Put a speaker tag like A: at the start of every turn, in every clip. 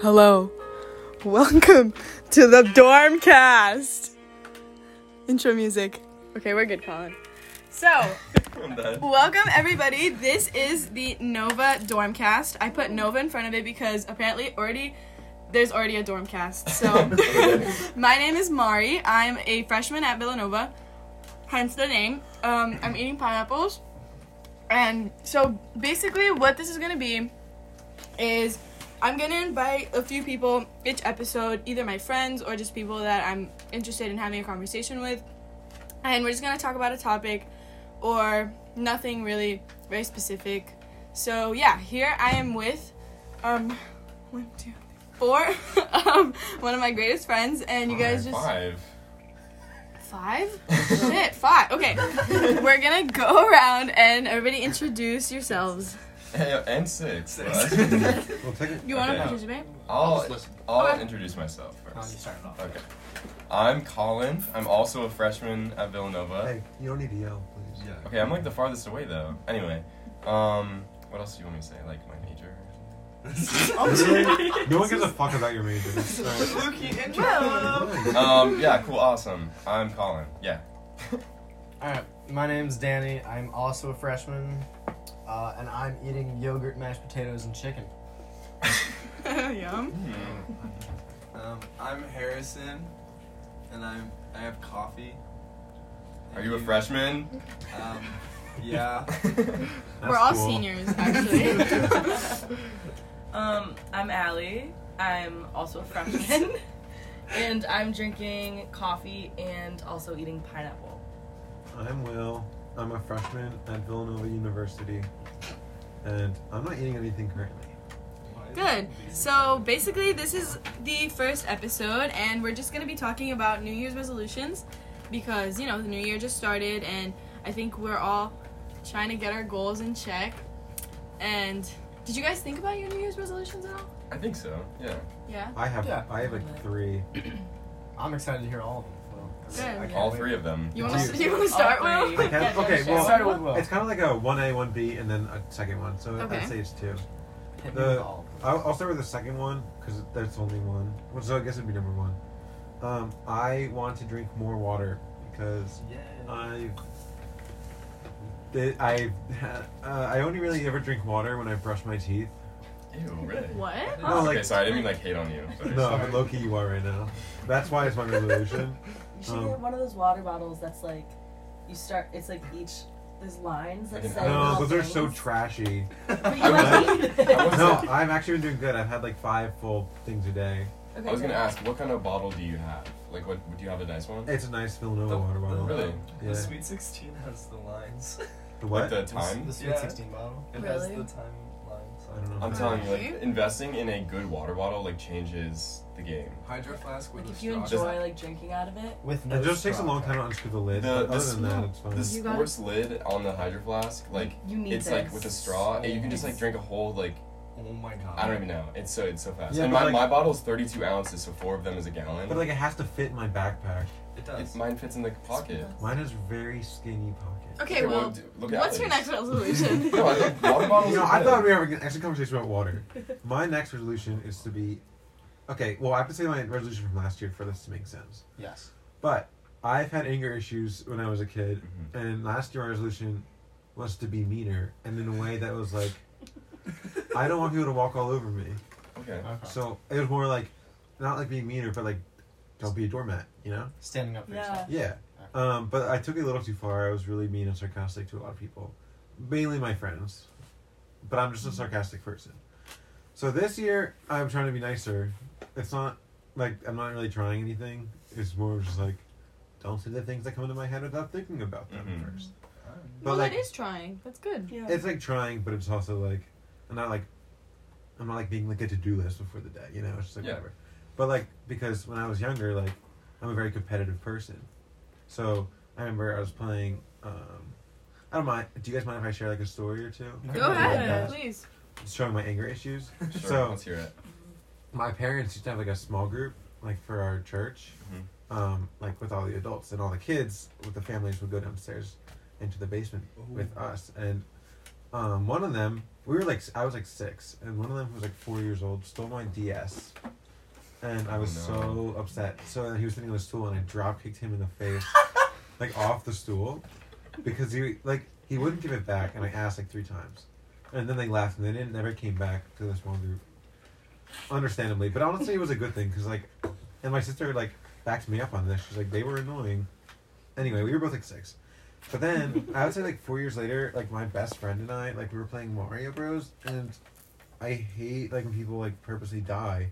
A: Hello. Welcome to the Dormcast. Intro music. Okay, we're good, Colin. So,
B: I'm done.
A: welcome everybody. This is the Nova Dormcast. I put Nova in front of it because apparently already there's already a Dormcast. So, my name is Mari. I'm a freshman at Villanova, hence the name. Um, I'm eating pineapples. And so, basically, what this is going to be is I'm gonna invite a few people each episode, either my friends or just people that I'm interested in having a conversation with. And we're just gonna talk about a topic or nothing really very specific. So yeah, here I am with um one, two, three, four um one of my greatest friends and you guys just
B: Five.
A: five? Shit, five. Okay. we're gonna go around and everybody introduce yourselves.
B: Hey, and six.
C: Well, take it.
A: You wanna
B: Okay.
A: participate?
B: I'll,
D: Just listen.
B: I'll
A: Okay.
B: introduce myself
D: I'll
B: first.
D: just start it off.
B: Okay. I'm Colin. I'm also a freshman at Villanova.
C: Hey, you don't need to yell, please.
B: Okay, I'm like the farthest away though. Anyway, um, what else do you want me to say? Like my major?
C: Really? no one gives a fuck about your major. It's, uh,
A: Luki and Joe.
B: Um, yeah, cool, awesome. I'm Colin. Yeah.
D: Alright, my name's Danny. I'm also a freshman. Uh, and I'm eating yogurt, mashed potatoes, and chicken.
A: Yum.
E: Um, I'm Harrison, and I'm I have coffee.
B: Are you a freshman?
E: Um, yeah.
C: That's
A: We're all
C: cool.
A: seniors, actually.
F: Um, I'm Allie. I'm also a freshman. and I'm drinking coffee and also eating pineapple.
C: I'm Will. I'm a freshman at Villanova University, and I'm not eating anything currently.
A: Good. So basically, this is the first episode, and we're just gonna be talking about New Year's resolutions because you know the new year just started, and I think we're all trying to get our goals in check. And did you guys think about your New Year's resolutions at all?
B: I think so. Yeah.
A: Yeah.
C: I have
D: Yeah.
C: I have like three.
D: I'm excited to hear all of them.
A: Good.
D: So. I can't
B: All
D: wait.
B: three of them.
A: You wanna
C: Dude.
A: you wanna start
F: All
A: with?
F: three.
C: I can-
F: Yeah,
C: okay,
F: yeah,
C: well-
F: sure.
D: Started with Will.
C: It's kind of like a one A, one B, and then a second one. So
A: Okay.
C: I'd say it's two.
D: Hit me
C: the-
D: with all of them.
C: I'll, I'll start with the second one because that's only one. Well, So I guess it'd be number one. Um, I want to drink more water because
F: Uh,
C: I've
E: Yeah.
C: th- I uh, I only really ever drink water when I brush my teeth.
B: Ew, really?
A: What?
C: No, like-
B: okay, sorry, I didn't mean like hate on you. Sorry.
C: No,
D: Sorry.
C: but low key you are right now. That's why it's my resolution.
F: You should
C: Um,
F: get one of those water bottles that's like, you start, it's like each, there's lines
B: I
F: that
B: can-
F: say.
C: no,
F: all
C: those are so
F: things.
C: trashy.
F: But you
B: I
F: like
B: was-
F: eat it.
B: I was-
C: No, I've actually been doing good. I've had like five full things a day.
F: Okay,
B: I was gonna
F: okay.
B: ask, what kind of bottle do you have? Like, what? Do you have a nice one?
C: It's a nice Villanova
E: The-
C: water bottle.
B: Really?
C: Yeah.
E: The Sweet Sixteen has the lines.
C: The
B: Like
C: what?
B: the
D: The s-
B: time?
D: The Sweet
E: Yeah.
D: 16 bottle.
E: It has
F: Really?
E: the time lines.
C: I don't know.
B: I'm telling you, like
A: Really?
B: investing in a good water bottle like changes the game.
E: Hydro flask with
F: Like,
E: a
F: if you
E: straw.
F: enjoy, like, drinking out of it.
D: With no
C: It just takes a
D: straw.
C: long time to unscrew the lid.
B: The-
C: but
B: the
C: other than that,
B: smell-
C: it's fine.
B: The
F: You gotta-
B: sports lid on the hydro flask, like
F: You need
B: it's
F: this.
B: like with a straw, and you can just like drink a whole like
E: Oh my god.
B: I don't even know. It's so it's so fast.
C: Yeah,
B: and
C: but,
B: my,
C: like-
B: my bottle's 32 ounces, so four of them is a gallon.
C: But like it has to fit in my backpack.
E: It
B: It-
E: does.
B: mine fits in the pocket.
C: Mine has very skinny pockets.
A: Okay, well,
B: d- look at
A: what's your next
B: Alex.
A: resolution?
B: No, I think water bottles.
C: You know,
B: are
C: I
B: good.
C: thought we were having an extra conversation about water. My next resolution is to be. Okay, well, I have to say my resolution from last year for this to make sense.
D: Yes.
C: But I've had anger issues when I was a kid, and last year my resolution was to be meaner and in a way that was like, I don't want people to walk all over me.
B: Okay.
D: Okay.
C: So it was more like, not like being meaner, but like, don't be a doormat, you know?
D: Standing up for
F: Yeah.
D: yourself.
C: Yeah. Um, but I took it a little too far. I was really mean and sarcastic to a lot of people, mainly my friends. But I'm
A: Mm-hmm.
C: just a sarcastic person. So this year, I'm trying to be nicer. It's not like I'm not really trying anything. It's more just like, don't say the things that come into my head without thinking about them
B: Mhm.
C: first. But
A: well,
C: like,
A: it is trying. That's good.
F: Yeah.
C: it's like trying, but it's also like, I'm not like, I'm not like being like a to do list before the day. You know, it's just like
B: Yeah.
C: whatever. But like because when I was younger, like I'm a very competitive person, so I remember I was playing. Um, I don't mind. Do you guys mind if I share like a story or two?
D: No.
A: Go ahead,
C: Yeah.
A: please.
C: Showing my anger issues.
B: Sure.
C: So-
B: let's hear it.
C: My parents used to have like a small group, like for our church,
B: Mm-hmm.
C: um, like with all the adults and all the kids with the families would go downstairs into the basement with us and Um, one of them, we were like, I was like six, and one of them who was like four years old, stole my DS, and I was
B: Oh, no.
C: so upset. So he was sitting on a stool, and I drop kicked him in the face, like off the stool, because he like he wouldn't give it back, and I asked like three times, and then they laughed, and then it never came back to the small group. Understandably, but honestly, it was a good thing because like, and my sister like backed me up on this. She's like, they were annoying. Anyway, we were both like six. But then I would say like four years later, like my best friend and I, like we were playing Mario Bros. and I hate like when people like purposely die,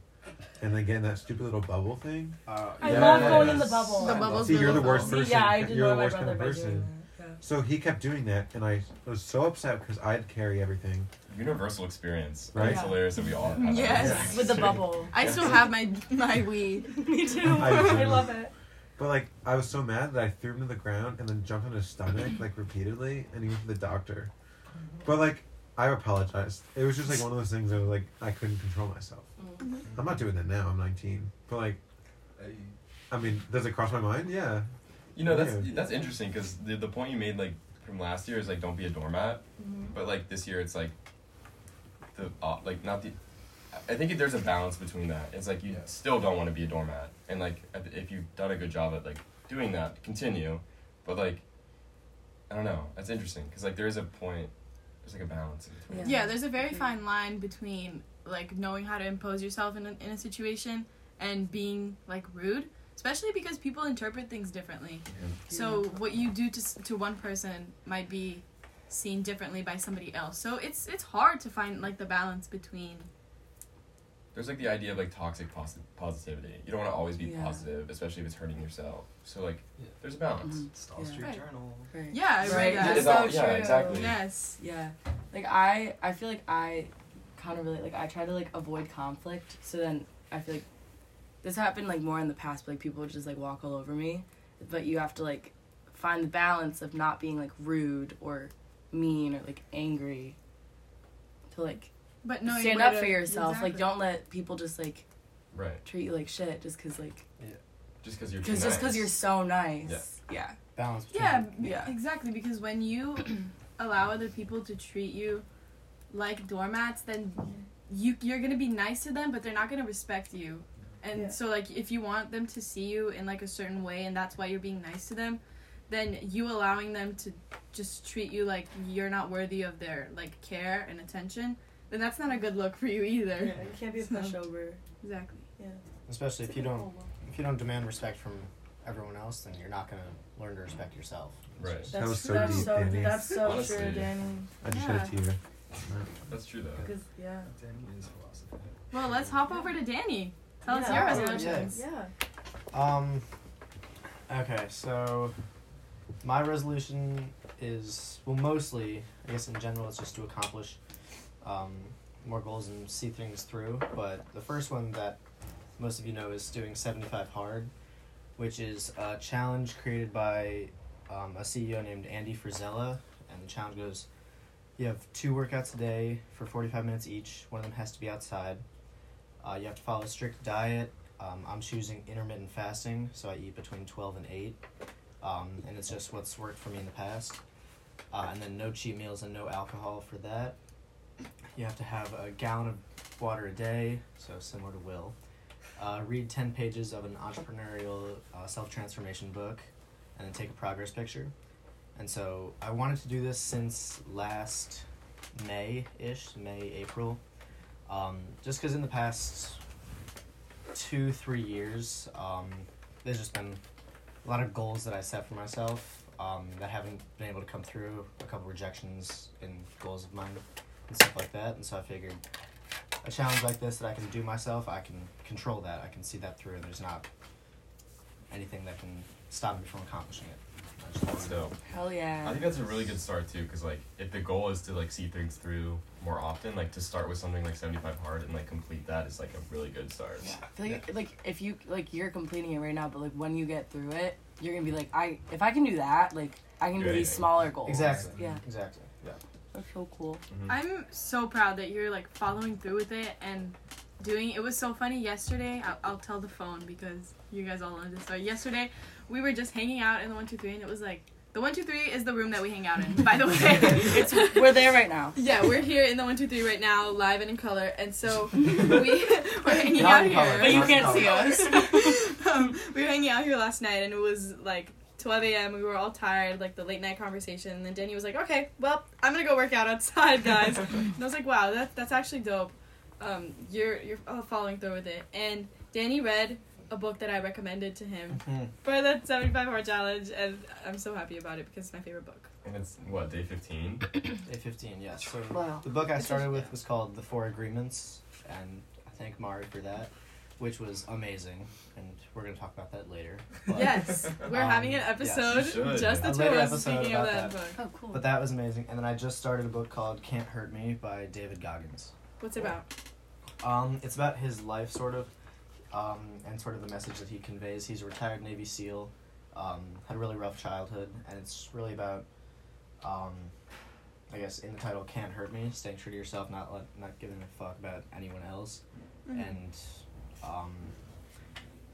C: and they get in that stupid little bubble thing.
D: Uh,
F: I
C: Yeah.
F: love going in the
C: Yes.
F: bubble.
A: The bubbles
C: See, you're the
A: really
C: worst
A: cool.
C: person.
F: See, yeah, I didn't
C: you're
F: know
C: the
F: my
C: worst kind
F: brother
C: of
F: by doing
C: person.
F: that.
C: So he kept doing that, and I was so upset because I'd carry everything.
B: Universal experience.
C: Right.
B: It's
F: Yeah.
B: hilarious that we all have.
A: Yes.
B: that.
F: Yeah. With the bubble.
A: I still have my my Wii.
F: Me too.
C: I-
F: I love it.
C: But like I was so mad that I threw him to the ground and then jumped on his stomach like repeatedly, and he went to the doctor. But like I apologized. It was just like one of those things. I was like I couldn't control myself.
F: Mm-hmm.
C: I'm not doing that now. I'm 19. But like I mean, does it cross my mind? Yeah.
B: You know that's
C: Yeah.
B: that's interesting because the, the point you made like from last year is like don't be a doormat,
F: Mm-hmm.
B: but like this year it's like the uh, like not the. I think there's a balance between that. It's like you
D: Yeah.
B: still don't want to be a doormat, and like at the- if you've done a good job at like doing that, continue. But like, I don't know. That's interesting because like there is a point. There's like a balance. In between.
A: Yeah, there's a very fine line between like knowing how to impose yourself in a, in a situation and being like rude, especially because people interpret things differently.
B: Mm-hmm.
A: So what you do to s- to one person might be seen differently by somebody else. So it's it's hard to find like the balance between
B: There's like the idea of like toxic posi- positivity. You don't want to always be
F: Yeah.
B: positive, especially if it's hurting yourself. So like,
E: Yeah.
B: there's a balance.
F: Mm-hmm.
E: Stall Street
A: Right.
E: Journal.
A: Yeah, I read
F: right.
A: that.
F: That's
A: It's
B: all-
F: so
B: yeah,
F: true.
B: exactly.
A: yes.
F: Yeah. Like I I feel like I kind of really like I try to like avoid conflict. So then I feel like this happened like more in the past, but, like people would just like walk all over me. But you have to like find the balance of not being like rude or mean or like angry to like
A: But no,
F: stand up for yourself. Like don't let people just like
B: Right.
F: treat you like shit just cuz like
B: Just because you're. too
F: cuz just cuz
B: nice.
F: you're so nice. Yeah.
D: balance. between-
A: Yeah,
F: Yeah.
A: exactly. Because when you allow other people to treat you like doormats, then you you're gonna be nice to them, but they're not gonna respect you. And
F: Yeah.
A: so, like, if you want them to see you in like a certain way, and that's why you're being nice to them, then you allowing them to just treat you like you're not worthy of their like care and attention, then that's not a good look for you either.
F: you can't
A: be a Oh,
F: pushover.
A: Exactly.
D: Especially if you don't if you don't demand respect from everyone else, then you're not gonna learn to respect yourself. It's
B: Right.
D: just-
C: That was so deep, Danny.
F: that's so
B: Honestly.
F: true, Danny.
C: I just had a tear.
B: That's true though.
F: Cause yeah.
E: Danny is philosophy.
A: Well, let's hop over to Danny. Tell us
F: Yeah.
A: your
F: Oh,
A: resolutions.
F: Yeah.
D: Um. Okay, so my resolution is well, mostly I guess in general, it's just to accomplish um, more goals and see things through. But the first one that most of you know is doing seventy five hard, which is a challenge created by um, a CEO named Andy Frizella, and the challenge goes: you have two workouts a day for forty five minutes each. One of them has to be outside. Uh, you have to follow a strict diet. Um, I'm choosing intermittent fasting, so I eat between 12 and 8. Um, and it's just what's worked for me in the past. Uh, and then no cheat meals and no alcohol for that. You have to have a gallon of water a day, so similar to Will. Uh, read 10 pages of an entrepreneurial uh, self transformation book, and then take a progress picture. And so I wanted to do this since last May ish, May, April. Um, just because in the past two three years um, there's just been a lot of goals that i set for myself um, that haven't been able to come through a couple rejections in goals of mine and stuff like that and so i figured a challenge like this that i can do myself i can control that i can see that through and there's not anything that can stop me from accomplishing it I just
B: That's
D: wanted-
B: dope.
F: Hell yeah.
B: I think that's a really good start too, because like if the goal is to like see things through more often, like to start with something like seventy five hard and like complete that is like a really good start.
F: I feel like, like if you like you're completing it right now, but like when you get through it, you're gonna be like, I if I can do that, like I can do
B: Good.
F: these smaller goals.
D: exactly
F: Yeah.
D: exactly yeah
F: That's so cool. Mm-hmm.
A: I'm so proud that you're like following through with it and doing it was so funny yesterday I'll, I'll tell the phone because you guys all know this story yesterday we were just hanging out in the 123 and it was like The one two three is the room that we hang out in. By the way,
F: it's, we're there right now.
A: yeah, we're here in the one two three right now, live and in color, and so we we're hanging
D: Not
A: out
D: in color,
A: here.
F: But you can't see us.
A: um, we were hanging out here last night, and it was like 12 a.m. We were all tired, like the late night conversation. And then Danny was like, "Okay, well, I'm gonna go work out outside, guys." and I was like, "Wow, that that's actually dope. Um, you're you're uh, following through with it." And Danny read a book that I recommended to him
D: Mm-hmm.
A: for the 75 hour challenge, and I'm so happy about it because it's my favorite book.
B: And it's what day fifteen.
D: Day 15, yes. So
F: Wow.
D: the book I started with was called The Four Agreements, and I thank Mari for that, which was amazing, and we're going to talk about that later. But,
A: Yes, we're
D: Um,
A: having an
D: yes, you
A: episode
B: should.
A: just the
D: A
A: two of
D: later
A: us
D: episode
A: speaking of that,
D: about that.
A: book.
F: Oh, cool.
D: But that was amazing, and then I just started a book called Can't Hurt Me by David Goggins.
A: What's it about?
D: Um, it's about his life, sort of, um, and sort of the message that he conveys. He's a retired Navy SEAL, um, had a really rough childhood, and it's really about, um, I guess, in the title, "Can't Hurt Me," staying true to yourself, not let, not giving a fuck about anyone else,
A: Mm-hmm.
D: and, um,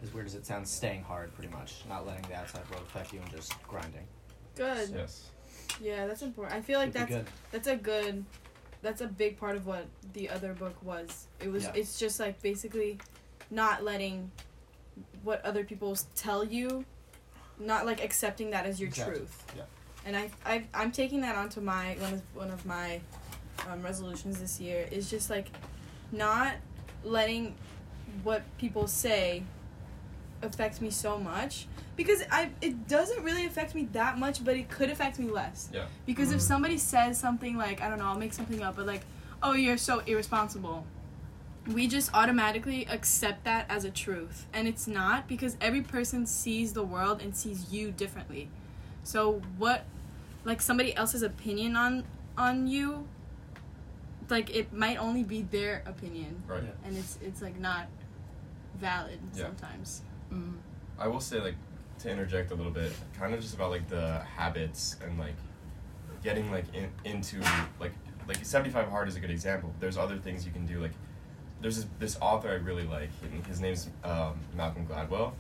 D: as weird as it sounds, staying hard, pretty much, not letting the outside world affect you, and just grinding.
A: Good.
B: Yes.
A: Yeah, that's important. I feel like
D: Would
A: that's
D: be good.
A: that's a good that's a big part of what the other book was it was
D: Yeah.
A: it's just like basically not letting what other people s- tell you not like accepting that as your
D: Exactly.
A: truth
D: Yeah.
A: and I, I i'm taking that onto my one of one of my um, resolutions this year is just like not letting what people say affect me so much because i it doesn't really affect me that much but it could affect me less
B: Yeah.
A: because if
D: Mhm.
A: somebody says something like, I don't know, I'll make something up, but like, oh, you're so irresponsible, we just automatically accept that as a truth. And it's not because every person sees the world and sees you differently. So what like somebody else's opinion on on you like it might only be their opinion
B: Right.
D: Yeah.
A: and it's it's like not valid
B: Yeah.
A: sometimes.
F: Mm.
B: I will say, like, to interject a little bit, kind of just about like the habits and like getting like in, into like like seventy five hard is a good example. There's other things you can do. Like, there's this, this author I really like. and His name's um, Malcolm Gladwell,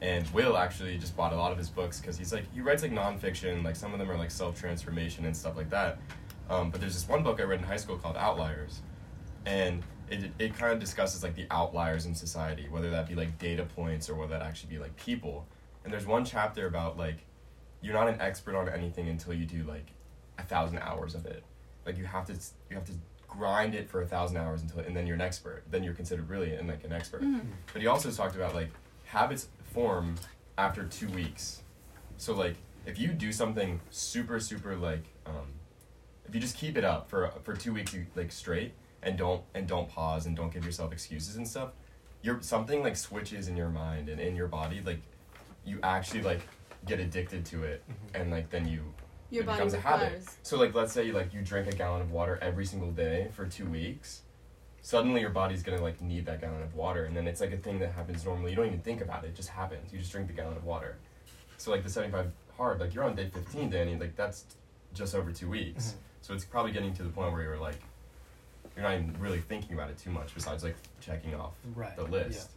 B: and Will actually just bought a lot of his books because he's like he writes like nonfiction. Like some of them are like self transformation and stuff like that. Um, but there's this one book I read in high school called Outliers, and it, it kind of discusses like the outliers in society, whether that be like data points or whether that actually be like people. And there's one chapter about like you're not an expert on anything until you do like a thousand hours of it. Like you have to you have to grind it for a thousand hours until and then you're an expert. Then you're considered brilliant and like an expert. But he also talked about like habits form after two weeks. So like if you do something super super like um, if you just keep it up for for two weeks you, like straight and don't and don't pause and don't give yourself excuses and stuff, your something like switches in your mind and in your body like you actually like get addicted to it and like then you
A: Your
B: it
A: body
B: becomes a habit.
A: requires.
B: So like let's say like you drink a gallon of water every single day for two weeks, suddenly your body's gonna like need that gallon of water, and then it's like a thing that happens normally. You don't even think about it; it just happens. You just drink the gallon of water. So like the seventy-five hard, like you're on day fifteen, Danny. Like that's just over two weeks.
D: Mhm.
B: So it's probably getting to the point where you're like, you're not even really thinking about it too much, besides like checking off
D: Right.
B: the list.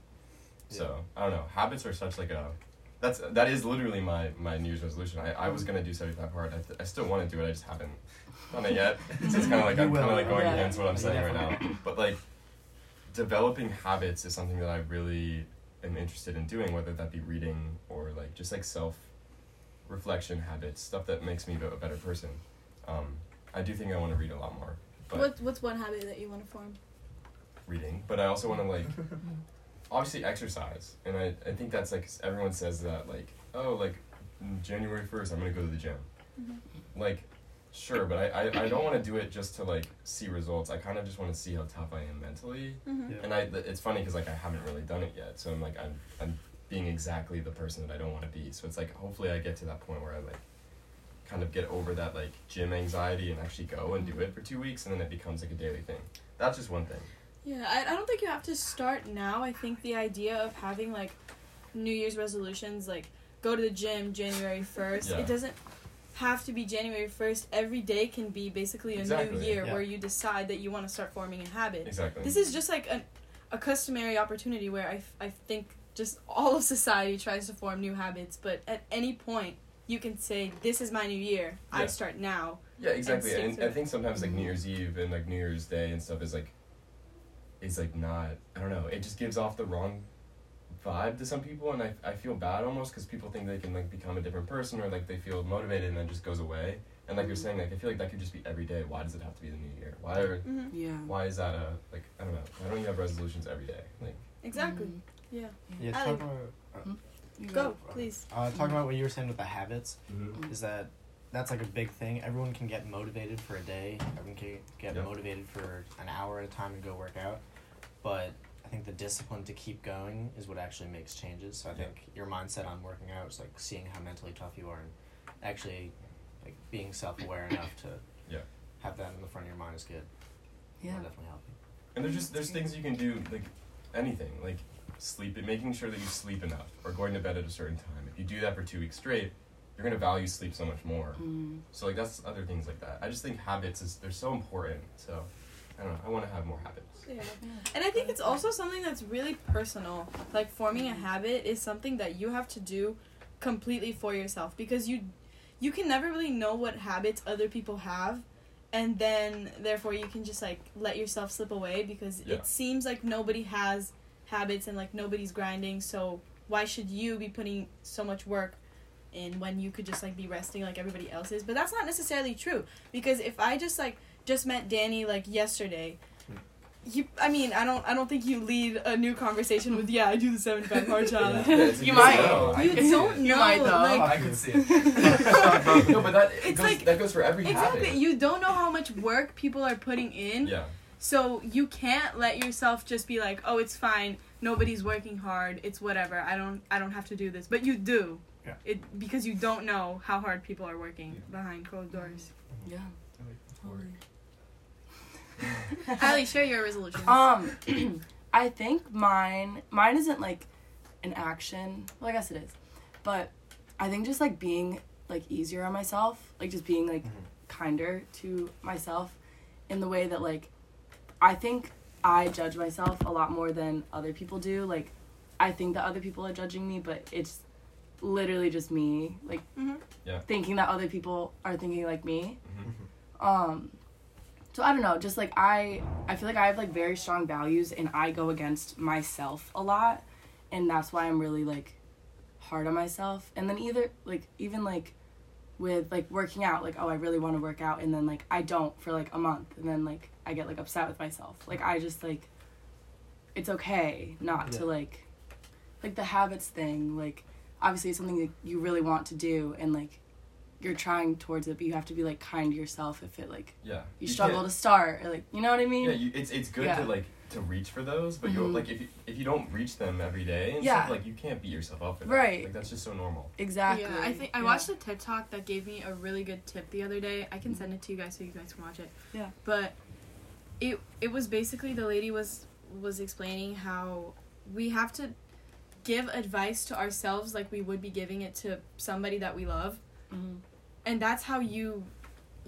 D: Yeah.
B: So I don't know. Habits are such like a that's that is literally my my New Year's resolution. I, I was
D: Mm.
B: gonna do seventy five hard. I, th- I still want to do it. I just haven't done it yet. So it's kind of like
D: You
B: I'm
D: will.
B: kind of like going
F: Yeah.
B: against what I'm
D: You
B: saying right
D: definitely-
B: now. But like developing habits is something that I really am interested in doing, whether that be reading or like just like self reflection habits, stuff that makes me a better person. Um, I do think I want to read a lot more. But
A: What what's one habit that you want to form?
B: reading, but I also want to like obviously exercise, and I, I think that's like everyone says that like oh like mm, January first I'm gonna go to the gym, like sure, but I I, I don't want to do it just to like see results. I kind of just want to see how tough I am mentally,
A: Mhm.
D: Yeah.
B: and I th- it's funny because like I haven't really done it yet, so I'm like I'm I'm being exactly the person that I don't want to be. So it's like hopefully I get to that point where I like kind of get over that like gym anxiety and actually go and do it for two weeks and then it becomes like a daily thing. That's just one thing.
A: Yeah, I, I don't think you have to start now. I think the idea of having like New Year's resolutions, like go to the gym January 1st,
B: Yeah.
A: it doesn't have to be January 1st. Every day can be basically a new
B: Exactly,
A: year
D: yeah.
A: where you decide that you want to start forming a habit.
B: Exactly.
A: This is just like a, a customary opportunity where I, f- I think just all of society tries to form new habits, but at any point, you can say, "This is my new year. I
B: Yeah.
A: start now."
B: Yeah, exactly.
A: stick
B: And,
A: to
B: I
A: it.
B: think sometimes like New Year's Eve and like New Year's Day and stuff is like, is like not. I don't know. It just gives off the wrong vibe to some people, and I I feel bad almost because people think they can like become a different person or like they feel motivated and then just goes away. And
A: Mm-hmm.
B: like you're saying, like I feel like that could just be every day. Why does it have to be the New Year? Why are
A: hmm
F: Yeah.
B: why is that a like I don't know. Why don't you have resolutions every day? Like
A: Exactly. Yeah.
D: Yeah,
A: I
D: talk
A: like-
D: about,
F: You
A: Go, please.
D: uh, talk about what you were saying with the habits. Is that that's like a big thing. Everyone can get motivated for a day. Everyone can get
B: Yeah.
D: motivated for an hour at a time and go work out. But I think the discipline to keep going is what actually makes changes. So I
B: Yeah.
D: think your mindset on working out is like seeing how mentally tough you are and actually like being self aware enough to
B: Yeah.
D: have that in the front of your mind is good.
F: Yeah.
D: Will definitely help you.
B: And there's just there's things you can do like anything like sleep making sure that you sleep enough or going to bed at a certain time. If you do that for two weeks straight, you're gonna value sleep so much more.
F: Mm.
B: So like that's other things like that. I just think habits is they're so important. So I don't know. I want to have more habits.
A: Yeah. And I think it's also something that's really personal. Like forming a habit is something that you have to do completely for yourself because you you can never really know what habits other people have and then therefore you can just like let yourself slip away because
B: Yeah.
A: it seems like nobody has habits and like nobody's grinding so why should you be putting so much work in when you could just like be resting like everybody else is but that's not necessarily true because if i just like just met danny like yesterday you i mean i don't i don't think you lead a new conversation with yeah i do the 75 hard challenge
B: Yeah, it's a
F: You
B: good
F: might.
B: style. I
A: you
B: can see
A: don't
B: it.
A: know
F: might, though.
A: like
E: I could see it.
B: no, but that it
A: It's
B: goes,
A: like-
B: that goes for every
A: Exactly.
B: habit.
A: You don't know how much work people are putting in.
B: Yeah.
A: So you can't let yourself just be like, "Oh, it's fine. Nobody's working hard. It's whatever. I don't I don't have to do this." But you do.
D: Yeah.
A: It because you don't know how hard people are working behind closed doors.
F: Yeah.
A: Hallie, share your resolution.
F: Um, I think mine mine isn't like an action. Well, I guess it is, but I think just like being like easier on myself, like just being like kinder to myself, in the way that like I think I judge myself a lot more than other people do. Like I think that other people are judging me, but it's literally just me like
A: Mhm.
B: Yeah.
F: thinking that other people are thinking like me
B: Mhm.
F: um so i don't know just like i i feel like i have like very strong values and i go against myself a lot and that's why i'm really like hard on myself and then either like even like with like working out like oh i really want to work out and then like i don't for like a month and then like i get like upset with myself like i just like it's okay not
D: Yeah.
F: to like like the habits thing like obviously it's something that you really want to do and like you're trying towards it but you have to be like kind to yourself if it like
B: Yeah.
F: you, struggle
B: can't-
F: to start or like you know what i mean
B: Yeah, you, it's it's good
F: Yeah.
B: to like to reach for those, but you're
F: Mhm.
B: like if you, if you don't reach them every day, and
F: Yeah.
B: stuff, like you can't beat yourself up for that.
F: Right.
B: Like that's just so normal.
F: exactly
A: Yeah, I think I
F: Yeah.
A: watched a TED talk that gave me a really good tip the other day. I can send it to you guys so you guys can watch it.
F: Mm-hmm. Yeah.
A: But it it was basically the lady was was explaining how we have to give advice to ourselves like we would be giving it to somebody that we love.
F: Mhm.
A: And that's how you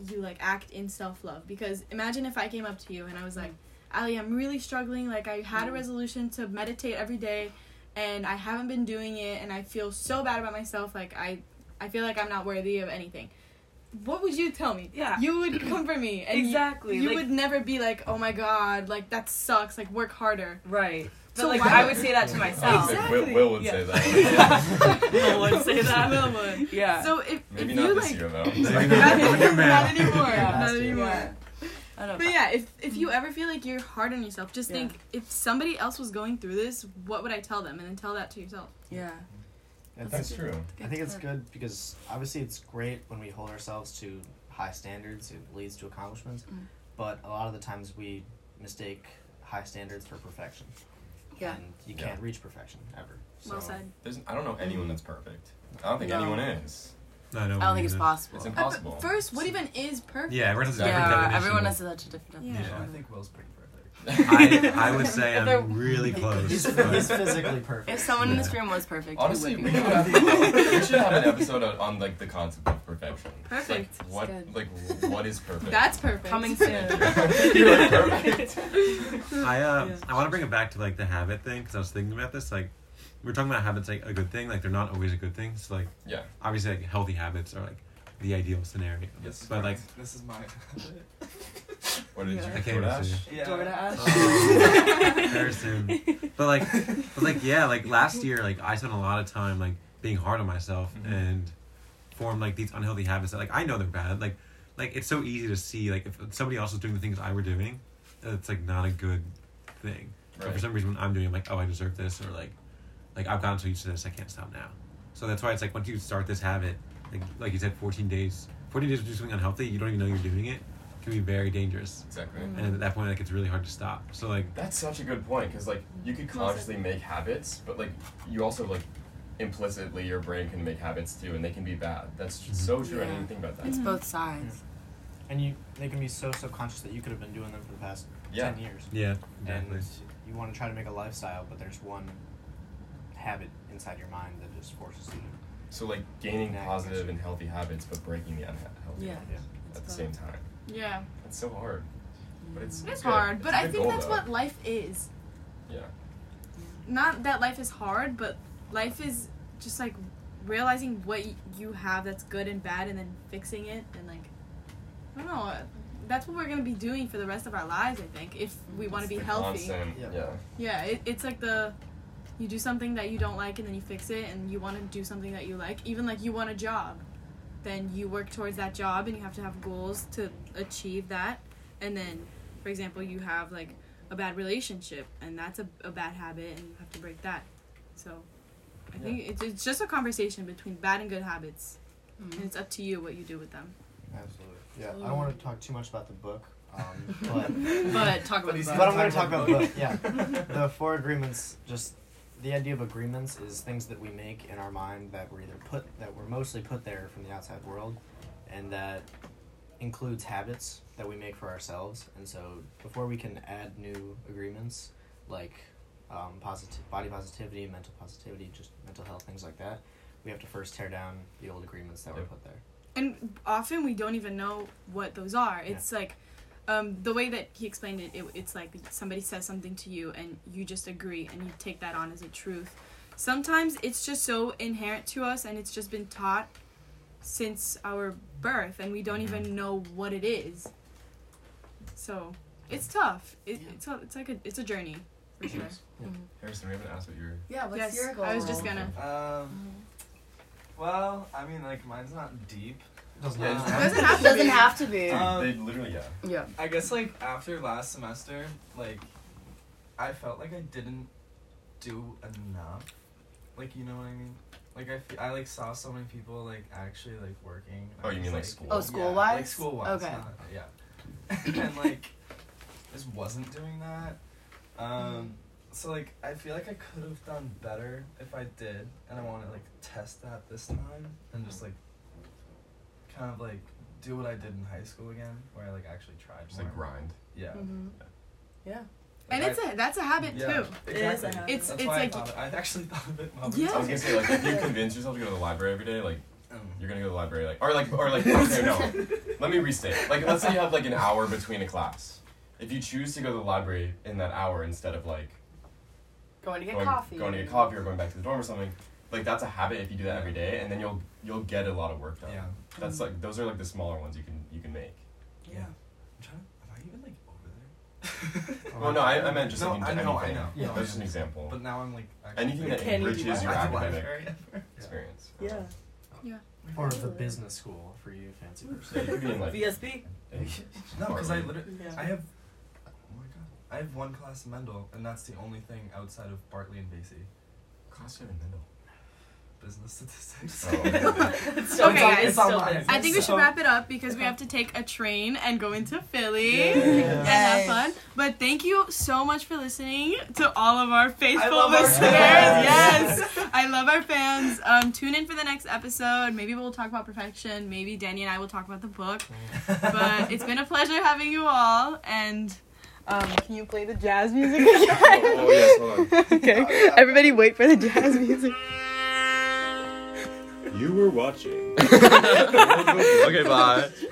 A: you like act in self-love because imagine if I came up to you and I was like, "Ali, I'm really struggling. Like I had a
F: Mm.
A: resolution to meditate every day and I haven't been doing it and I feel so bad about myself. Like I I feel like I'm not worthy of anything. What would you tell me?
F: Yeah.
A: You would comfort me. And you-
F: Exactly,
A: You,
F: like-
A: would never be like, oh my god, like that sucks. Like work harder.
F: right but
A: So
F: like
A: why-
F: i would say that to myself
B: Like, Will, Will would say that.
F: i would say that
A: Will would.
F: yeah
A: So if,
B: Maybe
A: if
B: not
A: you
B: this
A: like,
B: year though.
C: Maybe
A: not,
C: When you're
A: not
C: mad.
A: anymore.
D: Last
A: Not
D: year.
A: anymore.
F: yeah. i don't
A: But
F: know
A: yeah, if if you ever feel like you're hard on yourself, just
F: Yeah.
A: think if somebody else was going through this, what would I tell them, and then tell that to yourself.
F: yeah
B: That's true.
D: I think it's good because obviously it's great when we hold ourselves to high standards, it leads to accomplishments,
F: Mm.
D: but a lot of the times we mistake high standards for perfection.
F: yeah
D: And you
B: Yeah.
D: can't reach perfection ever. So
A: Well said.
B: There's, I don't know anyone that's perfect. I don't think
F: No.
B: anyone is.
C: I know.
F: i don't think it's possible
B: It's
A: Uh,
B: impossible.
A: but first, what even is perfect?
C: Yeah, everyone has a different
F: yeah
C: definition.
F: everyone has such a different definition
C: Yeah.
E: I think Will's pretty perfect.
C: I, I would say
F: If they're-
C: I'm really close.
D: He's,
C: but-
D: he's physically perfect.
F: if someone in this
C: Yeah.
F: room was perfect
B: Honestly,
F: we
B: we
F: would
B: should,
F: be
B: have, we should have an episode on, on like the concept of perfection.
A: Perfect.
B: Like, what
F: That's good.
B: like what is perfect?
A: That's perfect.
F: coming soon
B: You're like, perfect.
C: I uh,
F: Yeah.
C: I want to bring it back to like the habit thing because I was thinking about this. Like, we're talking about habits like a good thing. Like they're not always a good thing. So like
B: Yeah.
C: obviously like healthy habits are like the ideal scenario.
B: Yes.
C: But like
E: this is my.
B: What did
F: Yeah.
C: I
B: you
C: can't even
B: DoorDash?
C: see.
E: yeah.
C: Harrison. Oh, But like but like yeah, like last year like I spent a lot of time like being hard on myself
B: Mhm.
C: and formed like these unhealthy habits that like I know they're bad. Like like it's so easy to see like if somebody else is doing the things I were doing, it's like not a good thing. But for
B: Right.
C: some reason, when I'm doing, it, I'm like, oh, I deserve this, or like, like I've gotten so used to this, I can't stop now. So that's why it's like once you start this habit, like like you said, 14 days, 14 days of doing something unhealthy, you don't even know you're doing it, can be very dangerous.
B: Exactly.
F: Mm.
C: And at that point, like it's really hard to stop. So like,
B: That's such a good point because like you could
A: Closet.
B: consciously make habits, but like you also like implicitly your brain can make habits too, and they can be bad. That's tr- so
A: Mm-hmm.
B: true. I
F: Yeah.
B: didn't even think about
F: It's
B: that.
F: both sides.
D: And you, they can be so subconscious that you could have been doing them for the past
B: Yeah.
D: ten years.
C: yeah, exactly.
D: And you want to try to make a lifestyle, but there's one habit inside your mind that just forces you. to
B: So like gaining
D: Yeah,
B: positive
D: gotcha.
B: and healthy habits, but breaking the unhealthy
F: Yeah.
B: ones
D: Yeah.
F: It's
B: at the
F: both.
B: same time.
A: Yeah,
B: That's so hard. But it's
A: it's
B: good.
A: hard,
B: It's
A: but
B: a
A: I
B: good
A: think
B: goal,
A: that's
B: though.
A: what life is.
B: Yeah.
A: Not that life is hard, but life is just like realizing what y- you have that's good and bad, and then fixing it, and like I don't know. uh, That's what we're gonna be doing for the rest of our lives. I think if we want to
B: It's
A: be
B: the
A: healthy.
B: constant-
D: Yeah.
A: Yeah,
B: Yeah.
A: it, it's like the you do something that you don't like and then you fix it and you want to do something that you like. Even like you want a job, then you work towards that job and you have to have goals to achieve that. And then, for example, you have like a bad relationship and that's a, a bad habit and you have to break that. So I think it's, it's just a conversation between bad and good habits.
F: Mm-hmm.
A: And it's up to you what you do with them.
D: Absolutely. Yeah. I don't want to talk too much about the book, um, but
F: But talk
E: But
F: about the
E: he's
F: book.
D: but I'm going to talk about the book. Yeah.
E: yeah.
D: the four agreements just the idea of agreements is things that we make in our mind that were either put that were mostly put there from the outside world and that includes habits that we make for ourselves and so before we can add new agreements like um, positive body positivity mental positivity just mental health things like that we have to first tear down the old agreements that were
B: Yep.
D: put there
A: and often we don't even know what those are it's like um, the way that he explained it, it it's like somebody says something to you and you just agree and you take that on as a truth sometimes it's just so inherent to us and it's just been taught since our birth and we
E: Mm-hmm.
A: don't even know what it is so it's tough it,
D: Yeah.
A: it's, a, it's like a it's a journey for sure
B: Harrison, we haven't asked what you're.
F: Mm-hmm. Yeah, what's
A: Yes,
F: your goal?
A: I was just gonna-
E: Um. Well, I mean, like mine's not deep.
D: doesn't
B: Yeah,
E: Uh,
B: it
A: doesn't have to
F: Doesn't
A: be.
F: have to be.
E: Um,
B: they literally yeah.
F: yeah.
E: I guess like after last semester, like I felt like I didn't do enough. Like you know what I mean? Like I, fe- I like saw so many people like actually like working.
B: Oh,
E: I
B: you
E: was,
B: mean, like, school?
F: Oh,
E: yeah,
F: school-wise?
E: Like school wise.
F: Okay.
E: yeah. and like just wasn't doing that. Um so like I feel like I could have done better if I did and I want to like test that this time and just like kind of like do what I did in high school again where I like actually tried
B: Just
E: more.
B: like grind.
E: Yeah.
A: Mm-hmm.
F: Yeah.
A: and
E: Like,
A: it's a that's a habit
E: Yeah.
A: too
E: I,
F: It is a
E: exactly.
F: habit.
A: It's-
E: That's
A: it's
E: why
A: like-
E: I, thought of- I actually thought of it. while we
A: Yeah.
B: I
E: were
B: was gonna say like if you convince yourself to go to the library every day, like
E: talking.
B: you're gonna go to the library, like or like or like okay no. Let me restate. Like, let's say you have like an hour between a class. If you choose to go to the library in that hour instead of like
F: Going to get
B: going,
F: coffee.
B: going to get coffee or going back to the dorm or something, like that's a habit if you do that every day, and then you'll you'll get a lot of work done.
E: Yeah. I'm
B: That's like those are like the smaller ones you can you can make.
F: Yeah.
E: trying to, am I even like over there?
B: Well, Oh, no, I, I meant just
E: Oh, no,
B: like,
E: I
B: into
E: know, I
B: anything.
E: know.
D: Yeah.
E: No, I
B: That's just an
E: know.
B: example.
E: But now I'm like. actually
B: anything that
E: thinking.
F: Can you do
B: enriches
F: that?
B: your
E: Why the
B: academic
E: library ever?
B: experience.
F: Yeah.
D: or the business school for you fancy
B: Yeah, you
D: person
B: could be in like
F: VSB.
E: No, because I
B: Harvard.
E: literally, I
F: Yeah.
E: have. Oh my god. I have one class in Mendel, and that's the only thing outside of Bartley and Basie.
B: Costume and Mendel.
E: Business statistics.
B: Oh.
F: So
A: Okay,
F: dumb.
A: guys,
F: It's
E: so
F: so
E: dumb.
F: dumb.
A: I think we should
E: So-
A: wrap it up because we have to take a train and go into Philly
E: Yeah.
A: and have
F: Yes.
A: fun. But thank you so much for listening to all of our
E: I
A: faithful
E: love our
A: listeners.
E: fans.
A: Yes. I love our fans. Um, tune in for the next episode. Maybe we'll talk about perfection. Maybe Danny and I will talk about the book. But it's been a pleasure having you all. And um, can you play the jazz music again?
B: oh, oh, yes, hold on.
A: okay. Everybody, wait for the jazz music.
C: You were watching.
B: okay, bye.